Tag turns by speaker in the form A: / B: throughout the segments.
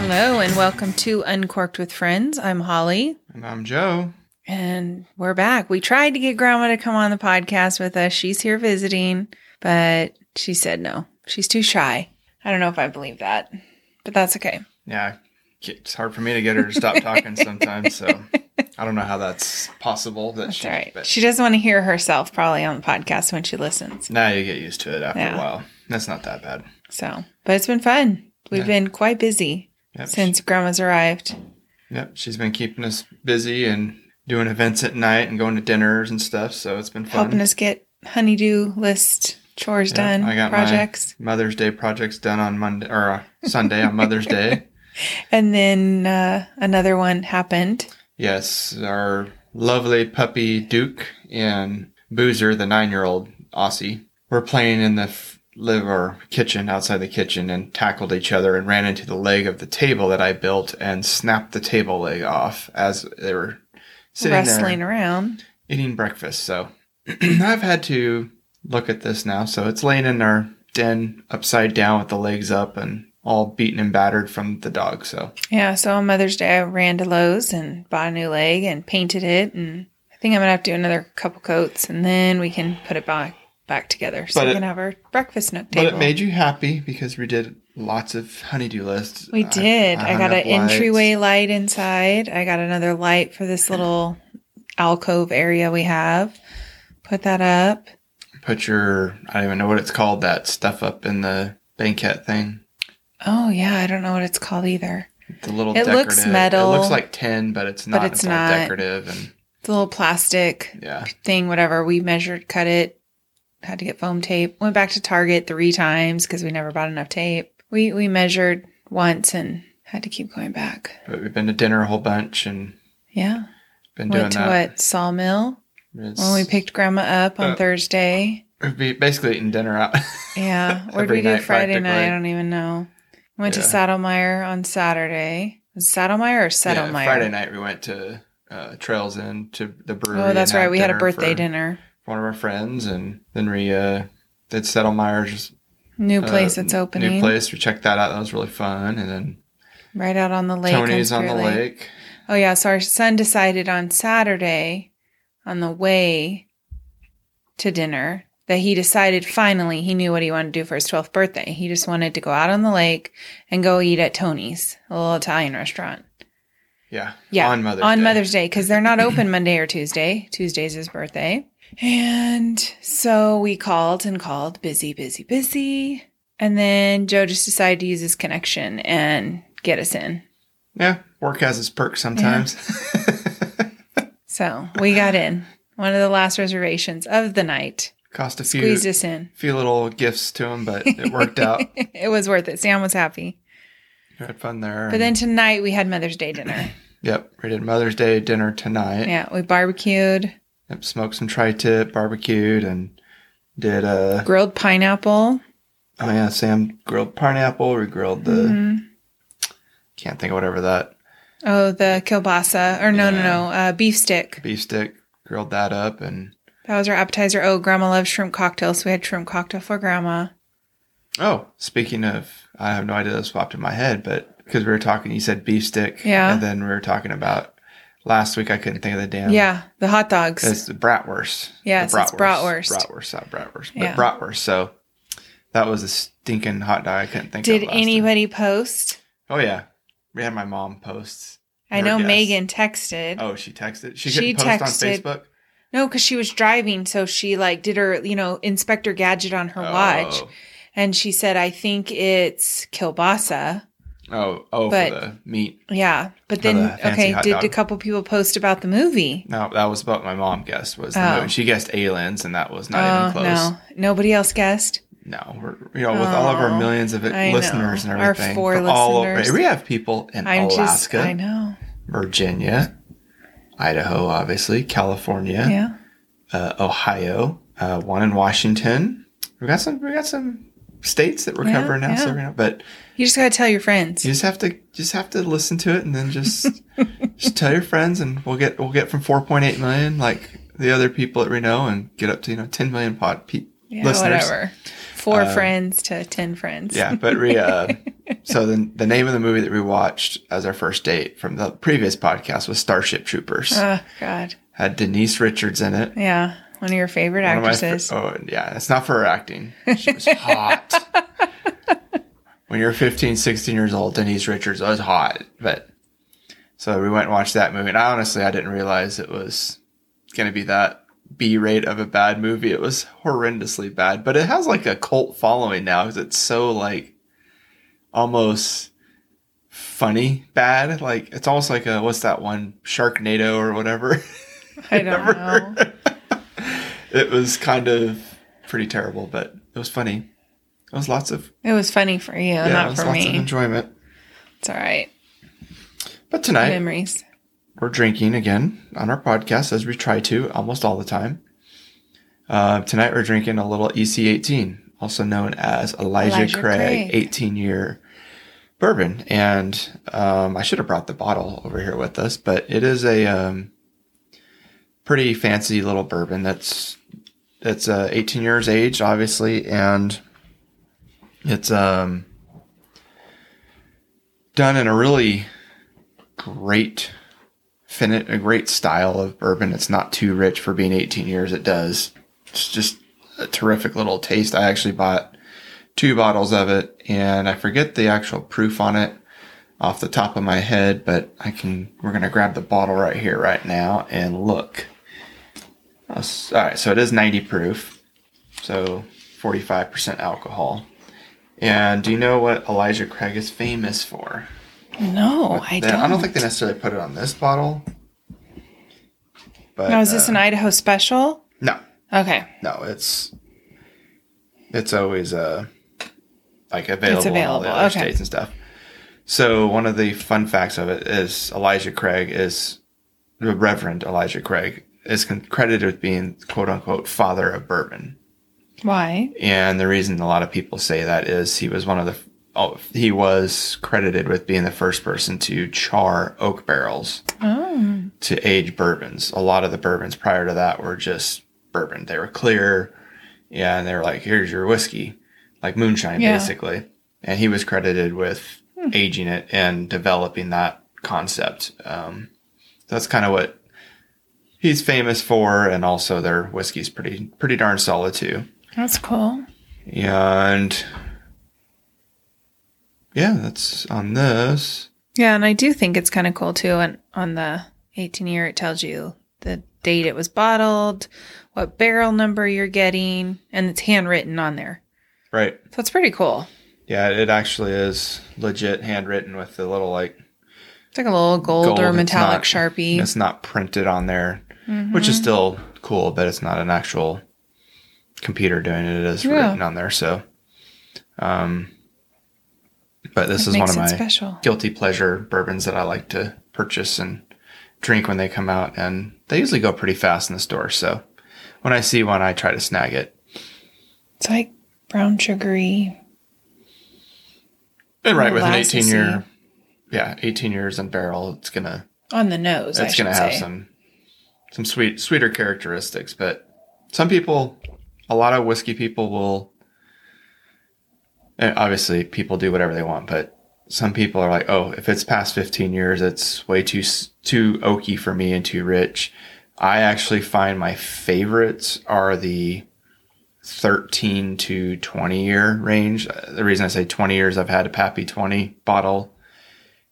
A: Hello, and welcome to Uncorked with Friends. I'm Holly,
B: And I'm Joe.
A: and we're back. We tried to get Grandma to come on the podcast with us. She's here visiting, but she said no. She's too shy. I don't know if I believe that, but that's okay.
B: Yeah, it's hard for me to get her to stop talking sometimes. So I don't know how that's possible. That
A: That's
B: she,
A: all right.
B: But
A: She doesn't want to hear herself probably on the podcast when she listens.
B: now you get used to it after
A: Yeah.
B: a while. That's not that bad.
A: So, but it's been fun. We've
B: Yeah.
A: been quite busy
B: Yep.
A: since Grandma's arrived.
B: Yep. She's been keeping us busy and doing events at night and going to dinners and stuff. So it's been fun.
A: helping us get honeydew list chores
B: Yeah,
A: done,
B: I got my-
A: projects,
B: Mother's Day projects done on Monday or uh, Sunday on Mother's Day.
A: and then uh, another one happened.
B: Yes, our lovely puppy Duke and Boozer, the nine-year-old Aussie, were playing in the f- live or kitchen outside the kitchen and tackled each other and ran into the leg of the table that I built and snapped the table leg off as they were sitting
A: wrestling
B: there
A: around.
B: eating breakfast. So I've had to look at this now. So it's laying in our den upside down with the legs up and all beaten and battered from the dog. So
A: Yeah, so on Mother's Day, I ran to Lowe's and bought a new leg and painted it, and I think I'm gonna have to do another couple coats, and then we can put it back back together, so
B: But
A: we
B: it-
A: can have our breakfast nook
B: But
A: table.
B: it made you happy because we did lots of honeydew lists.
A: we
B: I-
A: did. I,
B: hung
A: got
B: up
A: an
B: lights.
A: entryway light inside. I got another light for this little alcove area we have. Put that up.
B: Put your I don't even know what it's called that stuff up in the banquette thing.
A: Oh yeah, I don't know what it's called either.
B: The little
A: It
B: decorative.
A: looks metal.
B: It looks like tin, but it's
A: But
B: not.
A: it's
B: it's all
A: not.
B: decorative and
A: The little plastic
B: yeah.
A: thing, whatever. We measured, cut it, had to get foam tape. Went back to Target three times because we never bought enough tape. We we measured once and had to keep going back.
B: But we've been to dinner a whole bunch and
A: Yeah.
B: been doing
A: Went to
B: that.
A: what? Sawmill
B: It's,
A: when we picked grandma up on
B: Uh,
A: Thursday.
B: we'd be basically eating dinner out.
A: Yeah. What did
B: every
A: we do
B: night
A: Friday night? I
B: practically.
A: don't even know. Went to
B: Yeah.
A: Saddlemeyer on Saturday. Was it Saddlemeyer or Settlemeyer?
B: Yeah, Friday night we went to uh, Trails Inn to the brewery.
A: Oh, that's
B: and
A: right. We had a birthday
B: for
A: dinner.
B: One of our friends and then we uh, did Settlemeyer's
A: New place
B: uh,
A: that's opening.
B: New place. We checked that out. That was really fun. And then
A: Right out on the lake. on
B: Tony's on the
A: Spirit
B: lake.
A: Oh yeah, so our son decided on Saturday on the way to dinner that he decided finally he knew what he wanted to do for his 12th birthday. He just wanted to go out on the lake and go eat at Tony's, a little Italian restaurant.
B: Yeah.
A: Yeah.
B: On Mother's
A: on
B: Day.
A: Mother's Day cuz they're not open Monday or Tuesday. Tuesday's his birthday. And so we called and called, busy, busy, busy. And then Joe just decided to use his connection and get us in.
B: Yeah. Work has its perks sometimes.
A: So we got in. One of the last reservations of the night.
B: Cost a few
A: Squeezed us in.
B: few little gifts to him, but it worked out.
A: it was worth it. Sam was happy.
B: We had fun there.
A: But then tonight we had Mother's Day dinner.
B: yep, we did Mother's Day dinner tonight.
A: Yeah, we barbecued,
B: Yep, smoked some tri-tip, barbecued, and did uh
A: grilled pineapple.
B: oh yeah, Sam grilled pineapple. We grilled the
A: Mhm.
B: can't think of whatever that
A: Oh, the kielbasa. Or no, no,
B: Yeah.
A: no. Uh, beef stick.
B: beef stick. Grilled that up and
A: That was our appetizer. Oh, Grandma loves shrimp cocktail. So we had shrimp cocktail for Grandma.
B: Oh, speaking of, I have no idea this popped in my head, but because we were talking, you said beef stick.
A: Yeah.
B: And then we were talking about last week, I couldn't think of the damn.
A: yeah, the hot dogs.
B: It's the bratwurst.
A: Yes,
B: The
A: it's bratwurst.
B: Bratwurst, not bratwurst, but
A: Yeah.
B: bratwurst. So that was a stinking hot dog. I couldn't think
A: Did
B: of last week.
A: anybody post?
B: Oh, yeah. We had my mom posts.
A: I
B: Your
A: know
B: guess.
A: Megan texted.
B: Oh, she texted. She
A: She
B: couldn't post
A: texted-
B: on Facebook.
A: No, because she was driving, so she like did her, you know, Inspector Gadget on her watch,
B: Oh,
A: and she said, "I think it's kielbasa."
B: oh, oh
A: But-
B: for the meat.
A: Yeah, but
B: Oh,
A: then
B: the fancy
A: okay,
B: hot
A: did
B: dog.
A: a couple people post about the movie?
B: No, that was about my mom guessed was the
A: Oh.
B: movie. She guessed aliens, and that was not
A: oh
B: even close.
A: no, nobody else guessed.
B: No, we're you know with all of
A: Oh,
B: our millions of
A: I
B: listeners
A: know.
B: and
A: Our
B: everything,
A: four
B: from all over-
A: listeners.
B: we have people in
A: I'm just, I
B: Alaska,
A: know,
B: Virginia, Idaho, obviously California,
A: yeah.
B: uh, Ohio, uh, one in Washington. We got some. We got some states that we're
A: Yeah,
B: covering now.
A: yeah.
B: So we know, but
A: You just gotta tell your friends.
B: you just have to just have to listen to it and then just just tell your friends and we'll get we'll get from 4.8 million like the other people at Reno and get up to you know 10 million pod pe-
A: yeah,
B: listeners. Uh,
A: whatever. Four friends to ten friends.
B: Yeah, but re, uh, so then the name of the movie that we watched as our first date from the previous podcast was Starship Troopers.
A: Oh God.
B: Had Denise Richards in it.
A: Yeah. One of your favorite
B: One of my fr-
A: actresses.
B: oh, yeah. It's not for her acting. She was hot. when you're 15, 16 years old, Denise Richards was hot. But so we went and watched that movie. And I honestly, I didn't realize it was going to be that B rate of a bad movie. It was horrendously bad. But it has like a cult following now because it's so like almost funny bad. Like it's almost like a, what's that one? Sharknado or whatever.
A: I don't know.
B: remember. it was kind of pretty terrible, but it was funny. It was lots of
A: It was funny for you,
B: yeah, it
A: not
B: was
A: for
B: lots of
A: me.
B: enjoyment.
A: It's all right.
B: But tonight
A: Memories.
B: we're drinking again on our podcast as we try to almost all the time. Uh, tonight we're drinking a little EC18, also known as Elijah,
A: Elijah
B: Craig,
A: Craig.
B: 18 year bourbon. And um, I should have brought the bottle over here with us, but it is a um, pretty fancy little bourbon that's that's uh, 18 years age, obviously, and it's um, done in a really great finish, a great style of bourbon. It's not too rich for being 18 years. It does. It's just a terrific little taste. I actually bought two bottles of it, and I forget the actual proof on it off the top of my head, but I can. We're gonna grab the bottle right here, right now, and look. All right, so it is 90 proof, so 45% alcohol. And do you know what Elijah Craig is famous for?
A: No, I
B: They-
A: don't.
B: I don't think they necessarily put it on this bottle. But
A: Now, is this
B: uh,
A: an Idaho special?
B: no,
A: Okay.
B: no, it's it's always uh like available, in all
A: available,
B: the other
A: okay.
B: states and stuff. So one of the fun facts of it is Elijah Craig is the Reverend Elijah Craig is con- credited with being quote unquote father of bourbon.
A: Why?
B: And the reason a lot of people say that is he was one of the oh, he was credited with being the first person to char oak barrels
A: Oh,
B: to age bourbons. A lot of the bourbons prior to that were just bourbon. They were clear, yeah, and they were like, "Here's your whiskey," like moonshine,
A: Yeah.
B: basically. And he was credited with aging it and developing that concept. Um, that's kind of what he's famous for, and also their whiskey's pretty pretty darn solid too.
A: that's cool.
B: And yeah, that's on this.
A: Yeah, and I do think it's kind of cool too. And on the 18 year, it tells you the date it was bottled, what barrel number you're getting, and it's handwritten on there.
B: Right.
A: So it's pretty cool.
B: Yeah, it actually is legit handwritten with the little like
A: It's like a little gold,
B: Gold,
A: or
B: it's
A: metallic
B: not-
A: sharpie.
B: it's not printed on there, which is still cool, but it's not an actual computer doing it. It is
A: Yeah.
B: written on there. So, um, but this
A: It
B: is one
A: makes
B: of
A: it
B: my
A: special.
B: guilty pleasure bourbons that I like to purchase and drink when they come out, and they usually go pretty fast in the store. So, when I see one, I try to snag it.
A: It's like brown sugary.
B: And right with an
A: Molasses-y.
B: 18 year, yeah, 18 years in barrel, it's gonna
A: On the nose, I
B: it's
A: should
B: going to have
A: say.
B: some some sweet sweeter characteristics but some people a lot of whiskey people will and obviously people do whatever they want but some people are like oh if it's past 15 years it's way too s- too oaky for me and too rich i actually find my favorites are the 13 to 20 year range Uh, the reason i say 20 years i've had a pappy 20 bottle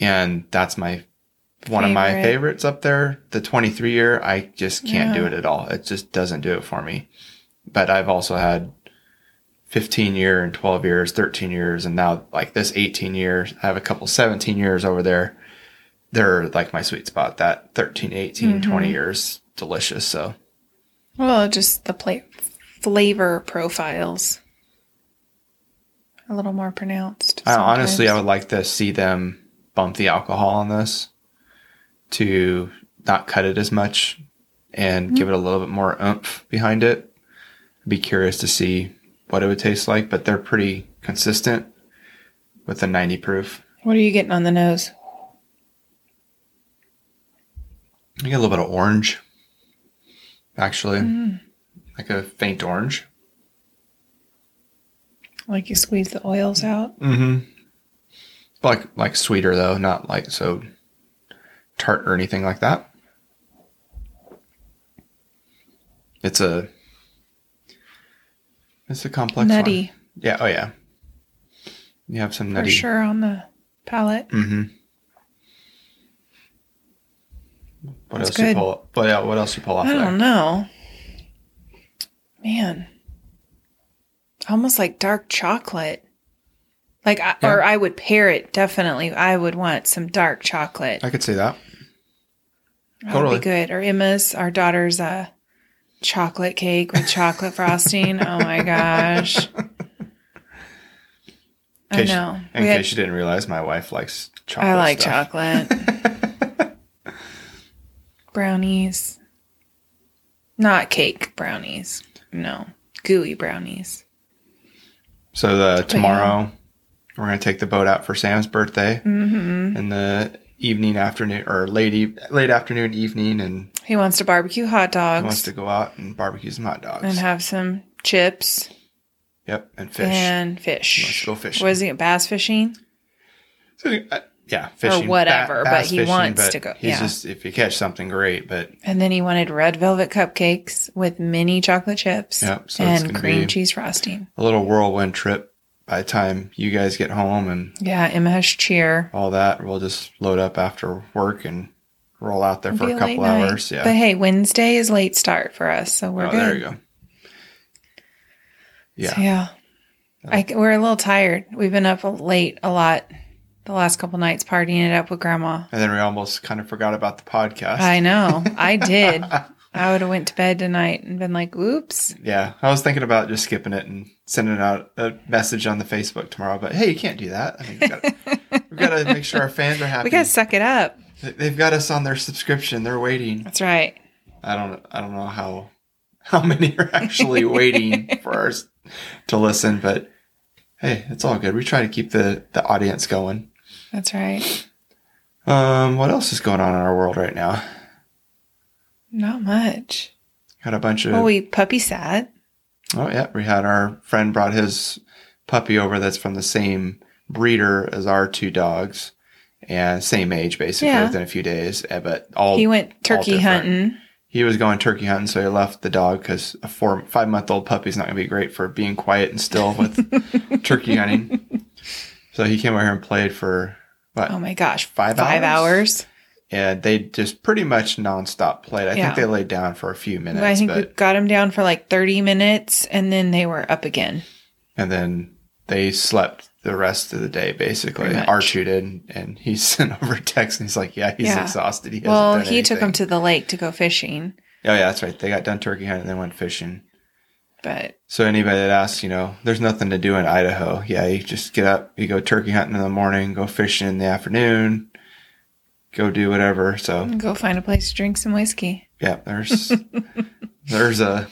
B: and that's my one of my
A: Favorite.
B: favorites up there the 23 year i just can't do
A: Yeah.
B: it at all it just doesn't do it for me but i've also had 15 year and 12 years 13 years and now like this 18 years i have a couple 17 years over there they're like my sweet spot that 13 18 20 years delicious so
A: Well, just the pla- flavor profiles. A little more pronounced.
B: I, honestly i
A: sometimes.
B: would like to see them bump the alcohol on this to not cut it as much and give it a little bit more oomph behind it be curious to see what it would taste like but they're pretty consistent with the 90 proof
A: What are you getting on the nose?
B: I get a little bit of orange, actually,
A: Mm-hmm. Mm.
B: like a faint orange.
A: Like you squeeze the oils out?
B: Mm-hmm. like like sweeter though, not like so tart or anything like that. It's a it's a complex one.
A: Nutty
B: Yeah. Oh yeah. You have some
A: for
B: nutty.
A: sure on the palate.
B: Mm-hmm. What
A: That's
B: else you
A: good.
B: pull? What, el- what else you pull off
A: I
B: there?
A: don't know. Man. Almost like dark chocolate. Like, I,
B: Yeah.
A: or I would pair it definitely. I would want some dark chocolate.
B: I could see that.
A: That
B: totally.
A: would be good. Or Emma's, our daughter's uh, chocolate cake with chocolate frosting. Oh my gosh. I
B: case-
A: know.
B: In
A: We had-
B: case you didn't realize, my wife likes chocolate.
A: I like
B: stuff.
A: chocolate. brownies. Not cake brownies. No. Gooey brownies.
B: So the
A: yeah.
B: tomorrow, we're gonna take the boat out for Sam's birthday
A: hmm
B: in the evening, afternoon, or late eve- late afternoon, evening, and
A: He wants to barbecue hot
B: he wants
A: dogs
B: to go out and barbecue some hot dogs.
A: and have some chips
B: yep, and fish.
A: and
B: He wants to
A: fish.
B: go fishing.
A: What is he? Bass fishing?
B: So, uh, yeah, fishing,
A: whatever,
B: bass
A: but he wants to go-
B: He's
A: yeah.
B: just if you catch something, great. But
A: And then he wanted red velvet cupcakes with mini chocolate chips
B: Yep, so it's
A: and
B: gonna
A: cream
B: be-
A: cheese frosting.
B: a little whirlwind trip. By the time you guys get home and
A: Yeah, Emma has cheer.
B: all that, we'll just load up after work and roll out there for
A: Be
B: a
A: late
B: couple
A: night.
B: hours. Yeah.
A: But hey, Wednesday is late start for us, so we're
B: oh,
A: good.
B: there you go. Yeah.
A: So, yeah. I, we're a little tired. We've been up late a lot the last couple nights partying it up with grandma.
B: And then we almost kind of forgot about the podcast.
A: I know. I did. I would have went to bed tonight and been like, "Oops."
B: yeah. I was thinking about just skipping it and sending out a message on the Facebook tomorrow, but hey, you can't do that. I mean, we've got, we've got to make sure our fans are happy.
A: We got to suck it up.
B: They- They've got us on their subscription. They're waiting.
A: That's right.
B: I don't I don't know how how many are actually waiting for us to listen, but hey, it's all good. We try to keep the the audience going.
A: That's right.
B: Um, what else is going on in our world right now?
A: Not much.
B: Got a bunch of
A: Well, we puppy sat.
B: oh yeah, we had our friend brought his puppy over that's from the same breeder as our two dogs and same age basically
A: Yeah.
B: within a few days, eh, but all
A: He went turkey
B: different.
A: hunting.
B: he was going turkey hunting, so he left the dog because a four five month old puppy's not going to be great for being quiet and still with turkey hunting. So he came over here and played for what?
A: Oh my gosh,
B: Five hours?
A: hours.
B: and they just pretty much nonstop played. I
A: Yeah.
B: think they laid down for a few minutes,
A: I think we
B: but
A: got him down for like thirty minutes, and then they were up again.
B: and then they slept the rest of the day basically.
A: Pretty much.
B: Archie did, and he sent over a text and he's like, "Yeah, he's
A: Yeah.
B: exhausted. He hasn't
A: well,
B: done
A: he took him to
B: anything.
A: the lake to go fishing,
B: Oh yeah, that's right. They got done turkey hunting, and then went fishing.
A: but
B: So anybody that asks, you know, there's nothing to do in Idaho. Yeah, you just get up, you go turkey hunting in the morning, go fishing in the afternoon, go do whatever. So
A: go find a place to drink some whiskey.
B: yeah, there's there's a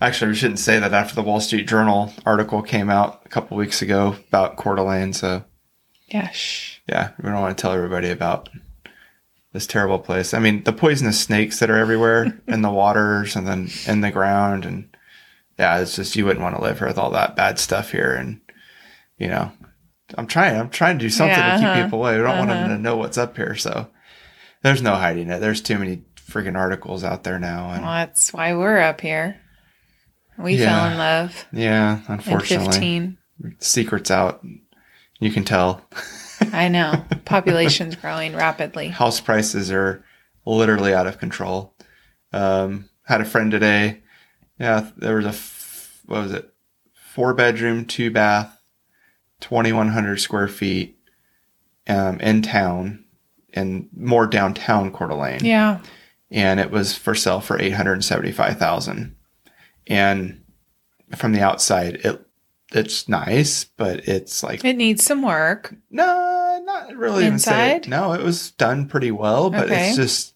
B: actually we shouldn't say that after the Wall Street Journal article came out a couple weeks ago about Coeur d'Alene. So
A: Yeah, shh.
B: yeah, we don't want to tell everybody about this terrible place. I mean, the poisonous snakes that are everywhere in the waters and then in the ground and yeah, it's just you wouldn't want to live here with all that bad stuff here and you know, I'm trying I'm trying to do something
A: Yeah,
B: to keep
A: uh-huh.
B: people away. We don't want them
A: Uh-huh.
B: to know what's up here, so there's no hiding it. There's too many freaking articles out there now and
A: Well, that's why we're up here. We
B: Yeah.
A: fell in love
B: yeah,
A: at
B: unfortunately.
A: 15.
B: Secrets out. You can tell.
A: I know. Population's growing rapidly.
B: house prices are literally out of control. Um, had a friend today. Yeah, there was a f- what was it? Four bedroom, two bath, twenty one hundred square feet, um, in town, and more downtown Coeur d'Alene
A: Yeah.
B: and it was for sale for 875,000. And from the outside it it's nice, but it's like
A: It needs some work.
B: no, not really even say it.
A: Inside?
B: No, it was done pretty well, but
A: Okay.
B: it's just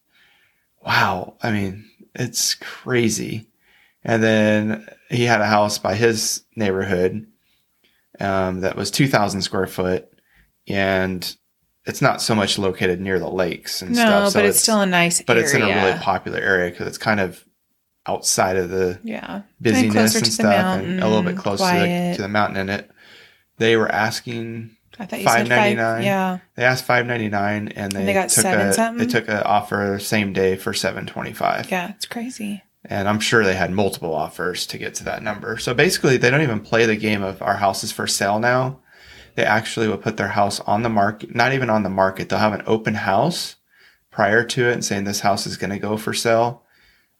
B: wow. I mean, it's crazy. And then he had a house by his neighborhood um, that was 2,000 square foot, and it's not so much located near the lakes and
A: No,
B: stuff.
A: but
B: so
A: it's, still a nice
B: but
A: area.
B: it's in a really popular area because it's kind of outside of the
A: yeah.
B: busyness
A: closer
B: and,
A: to the
B: stuff and a little bit
A: mountain,
B: closer to the,
A: quiet.
B: to the mountain in it they were asking
A: I thought you said five.
B: $5.99.
A: Yeah.
B: They asked five ninety nine, and they,
A: they got
B: took
A: seven
B: a
A: something?
B: they took an offer same day for seven twenty five.
A: Yeah. It's crazy.
B: And I'm sure they had multiple offers to get to that number. So basically, they don't even play the game of our house is for sale now. They actually will put their house on the market, not even on the market. They'll have an open house prior to it and saying this house is going to go for sale.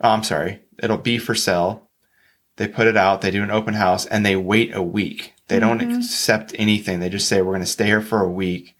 B: Oh, I'm sorry, it'll be for sale. They put it out, they do an open house, and they wait a week. They don't
A: Mhm.
B: accept anything. They just say, we're going to stay here for a week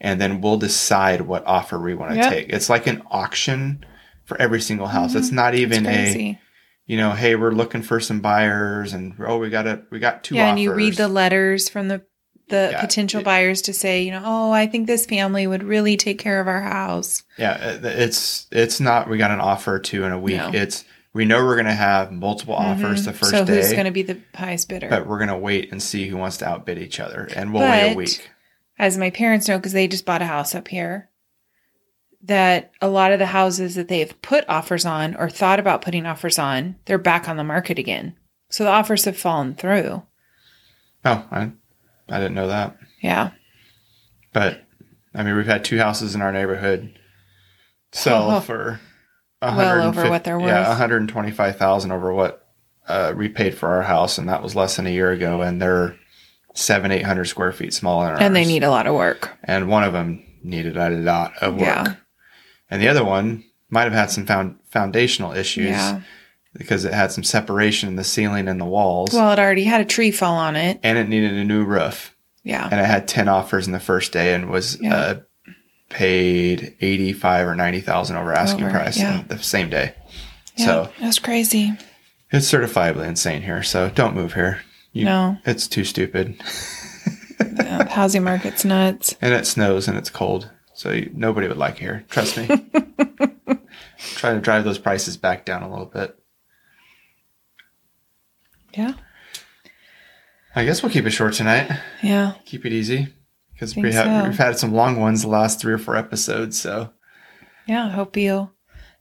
B: and then we'll decide what offer we want to
A: Yep.
B: take. It's like an auction for every single house.
A: Mhm.
B: It's not
A: It's
B: even a
A: crazy.
B: you know, hey, we're looking for some buyers, and oh, we got a we got two.
A: Yeah,
B: offers.
A: and you read the letters from the the
B: Yeah,
A: potential
B: it-
A: buyers to say, you know, oh, I think this family would really take care of our house.
B: yeah, it- it's it's not we got an offer or two in a week.
A: No.
B: It's we know we're gonna have multiple offers
A: Mhm.
B: the first
A: so
B: day,
A: who's going to be the highest bidder?
B: but we're gonna wait and see who wants to outbid each other, and we'll wait a
A: But-
B: week.
A: As my parents know, because they just bought a house up here, that a lot of the houses that they've put offers on or thought about putting offers on, they're back on the market again. So the offers have fallen through.
B: Oh, I I didn't know that,
A: Yeah.
B: but I mean, we've had two houses in our neighborhood sell
A: Oh.
B: for
A: Well over what they're
B: 150 Yeah,
A: worth.
B: one hundred twenty five thousand over what uh, we paid for our house, and that was less than a year ago, and they're seven eight hundred square feet smaller. Than
A: And they
B: ours.
A: need a lot of work.
B: and one of them needed a lot of work,
A: Yeah.
B: and the other one might have had some found foundational issues
A: Yeah.
B: because it had some separation in the ceiling and the walls,
A: Well, it already had a tree fall on it.
B: and it needed a new roof.
A: Yeah.
B: and I had 10 offers in the first day and was
A: Yeah.
B: uh, paid 85 or 90,000 over asking
A: Over,
B: price
A: yeah.
B: the same day.
A: yeah.
B: So
A: that's crazy.
B: it's certifiably insane here. So don't move here. You-
A: no.
B: It's too stupid.
A: Yeah, the housing market's nuts.
B: And it snows and it's cold. So you, nobody would like here. Trust me. Try to drive those prices back down a little bit.
A: Yeah.
B: I guess we'll keep it short tonight.
A: Yeah.
B: Keep it easy because we
A: Think
B: have,
A: so.
B: we've had some long ones the last three or four episodes. So
A: Yeah. I Hope you,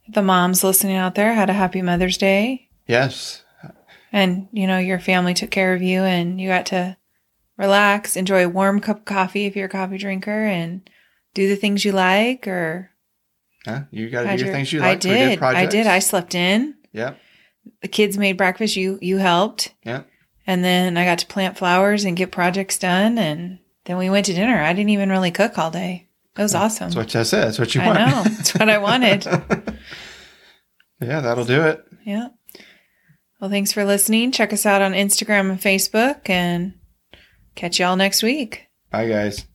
A: the moms listening out there, had a happy Mother's Day
B: yes,
A: and, you know, your family took care of you and you got to relax, enjoy a warm cup of coffee if you're a coffee drinker and do the things you like or.
B: huh? you got to
A: had
B: do your
A: your-
B: things you
A: I
B: like. We
A: did. I did. I
B: projects.
A: slept in.
B: Yep.
A: The kids made breakfast. You, you helped.
B: Yeah.
A: And then I got to plant flowers and get projects done. And then we went to dinner. I didn't even really cook all day. It was awesome.
B: That's what I said. That's what you
A: I
B: want.
A: know. That's what I wanted.
B: yeah, that'll do it.
A: Yeah. Well, thanks for listening. Check us out on Instagram and Facebook and catch y'all next week.
B: Bye, guys.